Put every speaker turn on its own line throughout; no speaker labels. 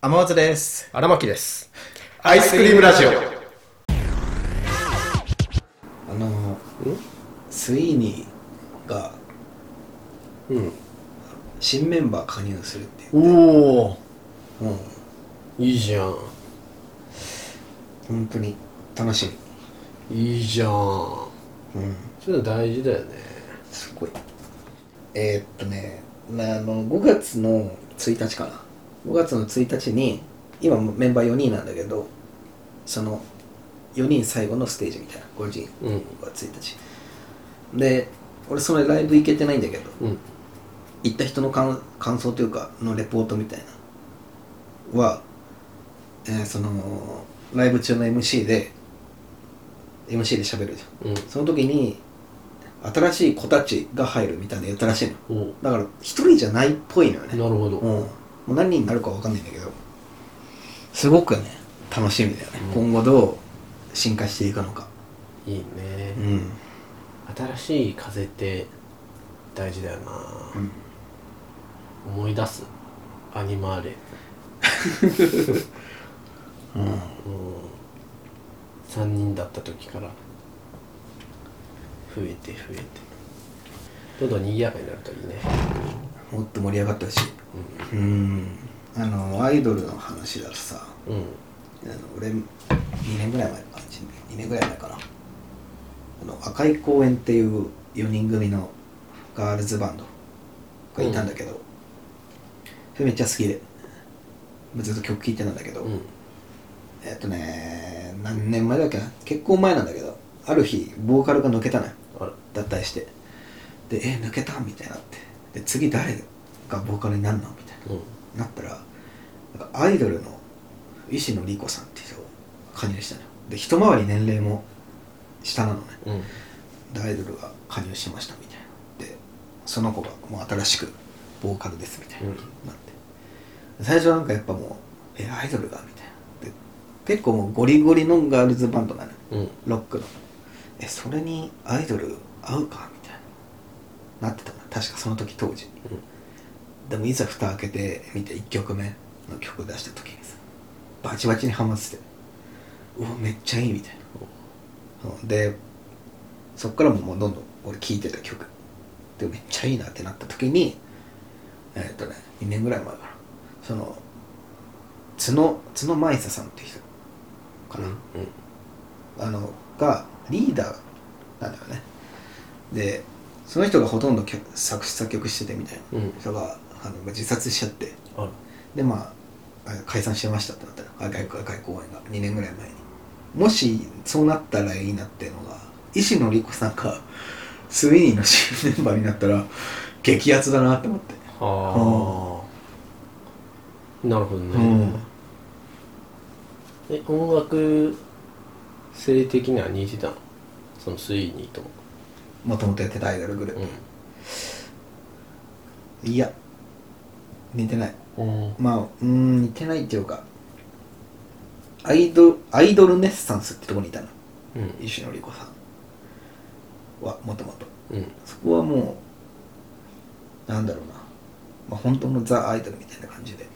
天松です。
荒牧です。
アイスクリームラジオ。
あのスイーニーが
うん。
新メンバー加入するってい
おお。
ううん
いいじゃん。
本当に楽し
いいじゃん。そ
みう
う
ん
いうの大事だよね。
すごいえー、っとねなあの5月の1日かな5月の1日に今もうメンバー4人なんだけどその4人最後のステージみたいな5人
うん。
5月1日で俺そのライブ行けてないんだけど
うん。
行った人の感感想というかのレポートみたいなは、えーそのライブ中の MC で MC で喋るじゃ
うん
んその時に新しい子たちが入るみたいな言ったらしいの。
おう
だから一人じゃないっぽいのよ
な
ね
るほ
うん
ど。
もう何人になるかわかんないんだけどすごくね楽しみだよね、
うん
今後どう進化していくのか
いいね。
うん
新しい風って大事だよな。
うん
思い出す。アニマーレ。
うん
うん。3人だった時から増えて増えて。どんどん賑やかになるといいね。
もっと盛り上がったしいうんあのアイドルの話だとさ
うん。うん。
あの俺2年ぐらい前かな2年ぐらい前かなあの赤い公園っていう4人組のガールズバンドがいたんだけど、それめっちゃ好きでずっと曲聴いてたんだけど、
うん。
えっとね何年前だっけな結構前なんだけどある日ボーカルが抜けたのよ
あら。
脱退してでえ抜けたみたいになってで次誰がボーカルになるのみたいな
う
なったらなんかアイドルの石野莉子さんっていう人を加入したのよで一回り年齢も下なのね
ん。うん。
でアイドルが加入しましたみたいなでその子がもう新しくボーカルですみたいな、
うん
なって最初はなんかやっぱもうえアイドルがみたいなで結構もうゴリゴリのガールズバンドなのよ
うん。
ロックのえそれにアイドル合うかみたいななってたな確かその時当時、でもいざ蓋開けて見て1曲目の曲出した時にさバチバチにハマっててうわめっちゃいいみたいな、うんでそっからももうどんどん俺聴いてた曲でめっちゃいいなってなった時にえーっとね2年ぐらい前かなその角角舞沙さんっていう人か
う
な、
ん。
あのがリーダーなんだよねでその人がほとんど曲作詞作曲しててみたいな
うん。
人があの自殺しちゃって
あら。
でまああ解散しましたってなったら外国外公演が2年ぐらい前にもしそうなったらいいなっていうのが石野莉子さんがスウィニーの新メンバーになったら激アツだなって思って
ああなるほどね、え音楽性的には似てたのそのスイーニーと
もともとやってたアイドルグルー
う
プいや似てない
ん、
まあうーん似てないっていうかアイドアイドルネッサンスってとこにいたの
うん
石野莉子さんはもともと
うん
そこはもうなんだろうな、まあ、本当のザ・アイドルみたいな感じで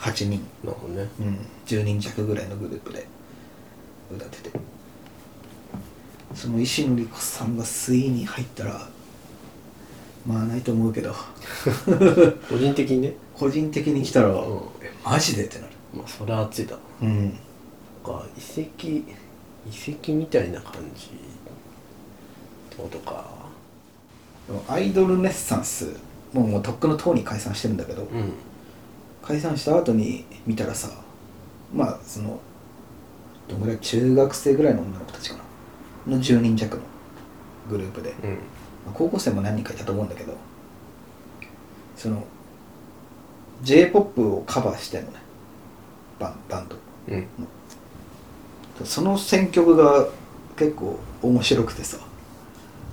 8人、
なるほどね
うん、10人弱ぐらいのグループで歌っててその石野莉子さんがスイーに入ったらまあないと思うけ ど
個人的にね
個人的に来たら、
うん
えマジでってなる
まあそれは熱いだろ
うん
なんか遺跡遺跡みたいな感じってことか
でもアイドルネッサンスもうもうとっくのとうに解散してるんだけど、
うん
解散した後に見たらさまあそのどんぐらい中学生ぐらいの女の子たちかなの10人弱のグループで、
うん
まあ高校生も何人かいたと思うんだけどその j p o p をカバーしてんのねバンバンド
うん
その選曲が結構面白くてさ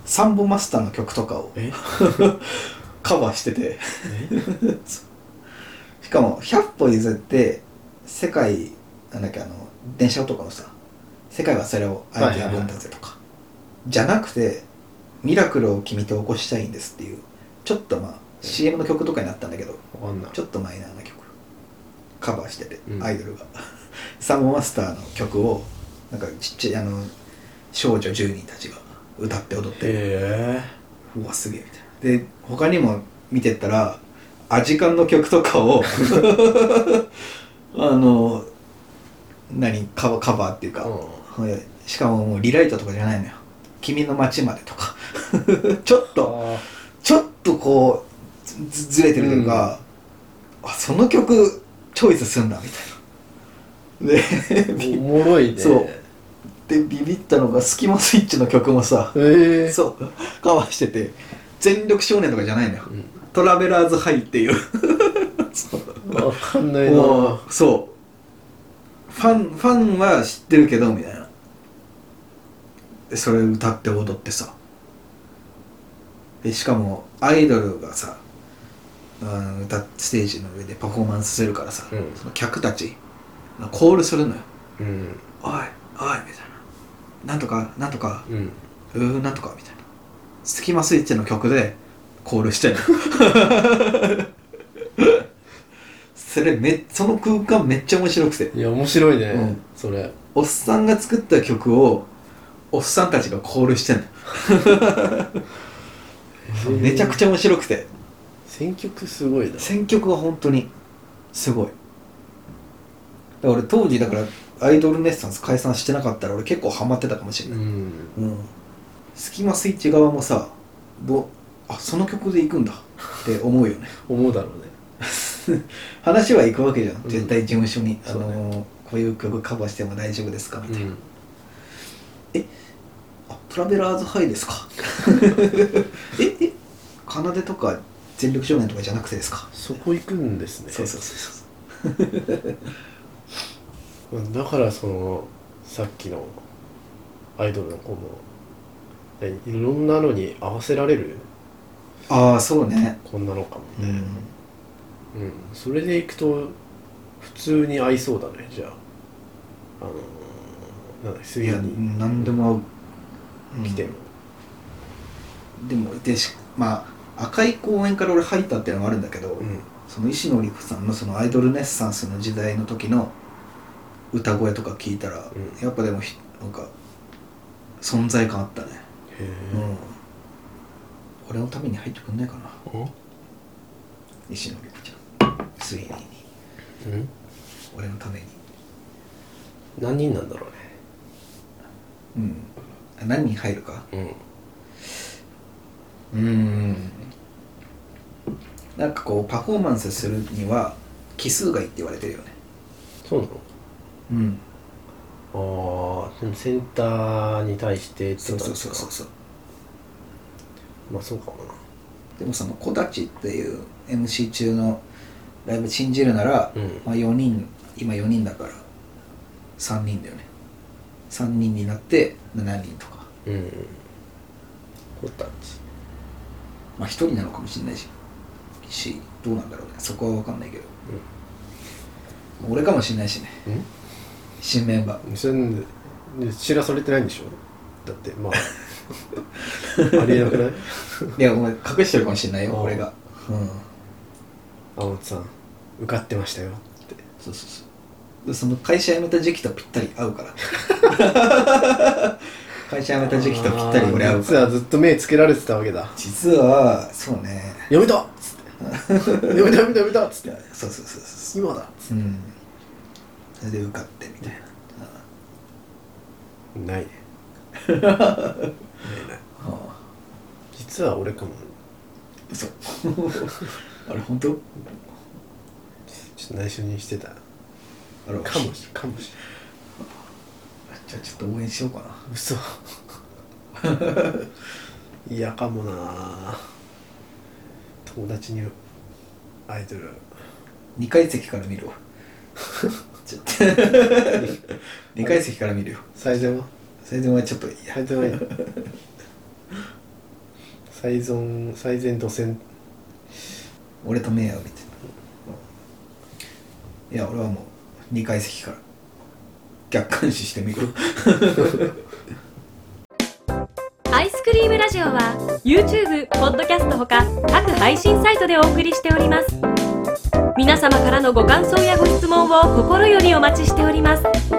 サンボマスターの曲とかを
え
カバーしてて しかも「100歩譲って世界なんだっけあの電車男のさ「世界はそれをあえてやるんだぜ」とか、じゃなくて「ミラクルを君と起こしたいんです」っていうちょっとまあ CM の曲とかになったんだけど
わかんない
ちょっとマイナーな曲カバーしてて、
うん
アイドルが サンボマスターの曲をなんかちっちゃいあの少女10人たちが歌って踊って
へ
うわすげえみたいなで他にも見てったらアジカンの曲とかを あの何カバーカバーっていう
え
か、しかももうリライトとかじゃないのよ「君の街まで」とか ちょっとちょっとこうずずずれてるというか、あその曲チョイスすんだみたいなで
おもろいね
そうでビビったのがスキマスイッチの曲もさ
へえ
そうカバーしてて「全力少年」とかじゃないのよ
うん
「トラベラーズハイ」っていうそう
わかんない
も
な
うそうファンファンは知ってるけどみたいなでそれ歌って踊ってさでしかもアイドルがさあの歌っステージの上でパフォーマンスするからさ、
うん
その客たちコールするのよ
うん
「おいおい」みたいな「なんとかなんとか
うん
うーなんとか」みたいなスキマスイッチの曲でコールしてるそれめその空間めっちゃ面白くて
いや面白いね、
うん
それ
おっさんが作った曲をおっさんたちがコールしてんのめちゃく
ゃ
ちゃ面白くて
選曲すごいな
選曲が本当にすごいだから俺当時だからアイドルネッサンス解散してなかったら俺結構ハマってたかもしれ
う
ない、
ん
うん、スキマスイッチ側もさどあその曲で行くんだって思うよね
思うだろうね
話は行くわけじゃん
うん
絶対事務所に、あ
そう
の
ね
こういう曲カバーしても大丈夫ですかみたいな、
ん
あトラベラーズハイです かええ奏でとか全力少年とかじゃなくてですか
そこ行くんですね
そうそうそう
うんだからそのさっきのアイドルの子もえいろんなのに合わせられる
そうああそうね
こんなのかも
う
ね、
ん
うんそれでいくと普通に合いそうだねじゃああのー、なんだ
い
杉
や
谷に
何でも合う、うん
来ても、
でもでしまあ赤い公園から俺入ったっていうのもあるんだけど、
うん
その石野織子さんのそのアイドルネッサンスの時代の時の歌声とか聞いたら、
うん
やっぱでもひなんか存在感あったね、
へえ、
うん俺のために入ってくんないかな石野美子ちゃんついに
うん、
俺のために
何人なんだろうね
うんあ何人入るか
うん
うんなんかこうパフォーマンスするには奇数がいいって言われてるよね
そうな
うん
のああでもセンターに対してって
そう
こと
そ
で
う
す
そ
か
うそうそう
まあそうかもな
でもその「子たち」っていう MC 中のライブ信じるなら、
うん
まあ、4人今4人だから3人だよね3人になって7人とか
うん子たち
まあ1人なのかもしれないししどうなんだろうねそこは分かんないけど、俺かもしれないしね
うん
新メンバー
それで知らされてないんでしょだってまああ りえなくない
いやお前隠してるかもしれないよ
ああ
俺がうん
青本さん受かってましたよって
そうそうそうでその会社辞めた時期とぴったり合うから会社辞めた時期とぴったり俺合うか
実
ら
はずっと目つけられてたわけだ
実はそうね
やめたっつってやめたやめたやめたっつって
そうそうそうそ
今だっつ
ううんそれで受かってみたいな
ってないねないない
ああ
実は俺かも
嘘 あれ本当
ちょっと内緒にしてた
あれ
かもしかもし
じゃあちょっと応援しようかな
れ嘘 いやかもな友達にアイドル
2階席か ら見るわちょっと2階席から見るよ
最善は
それでお前ちょっといいや
最善はいい の最善最善と戦
俺と目合うみたいないや俺はもう2階席から逆監視してみる
アイスクリームラジオは YouTube、ポッドキャストほか各配信サイトでお送りしております皆様からのご感想やご質問を心よりお待ちしております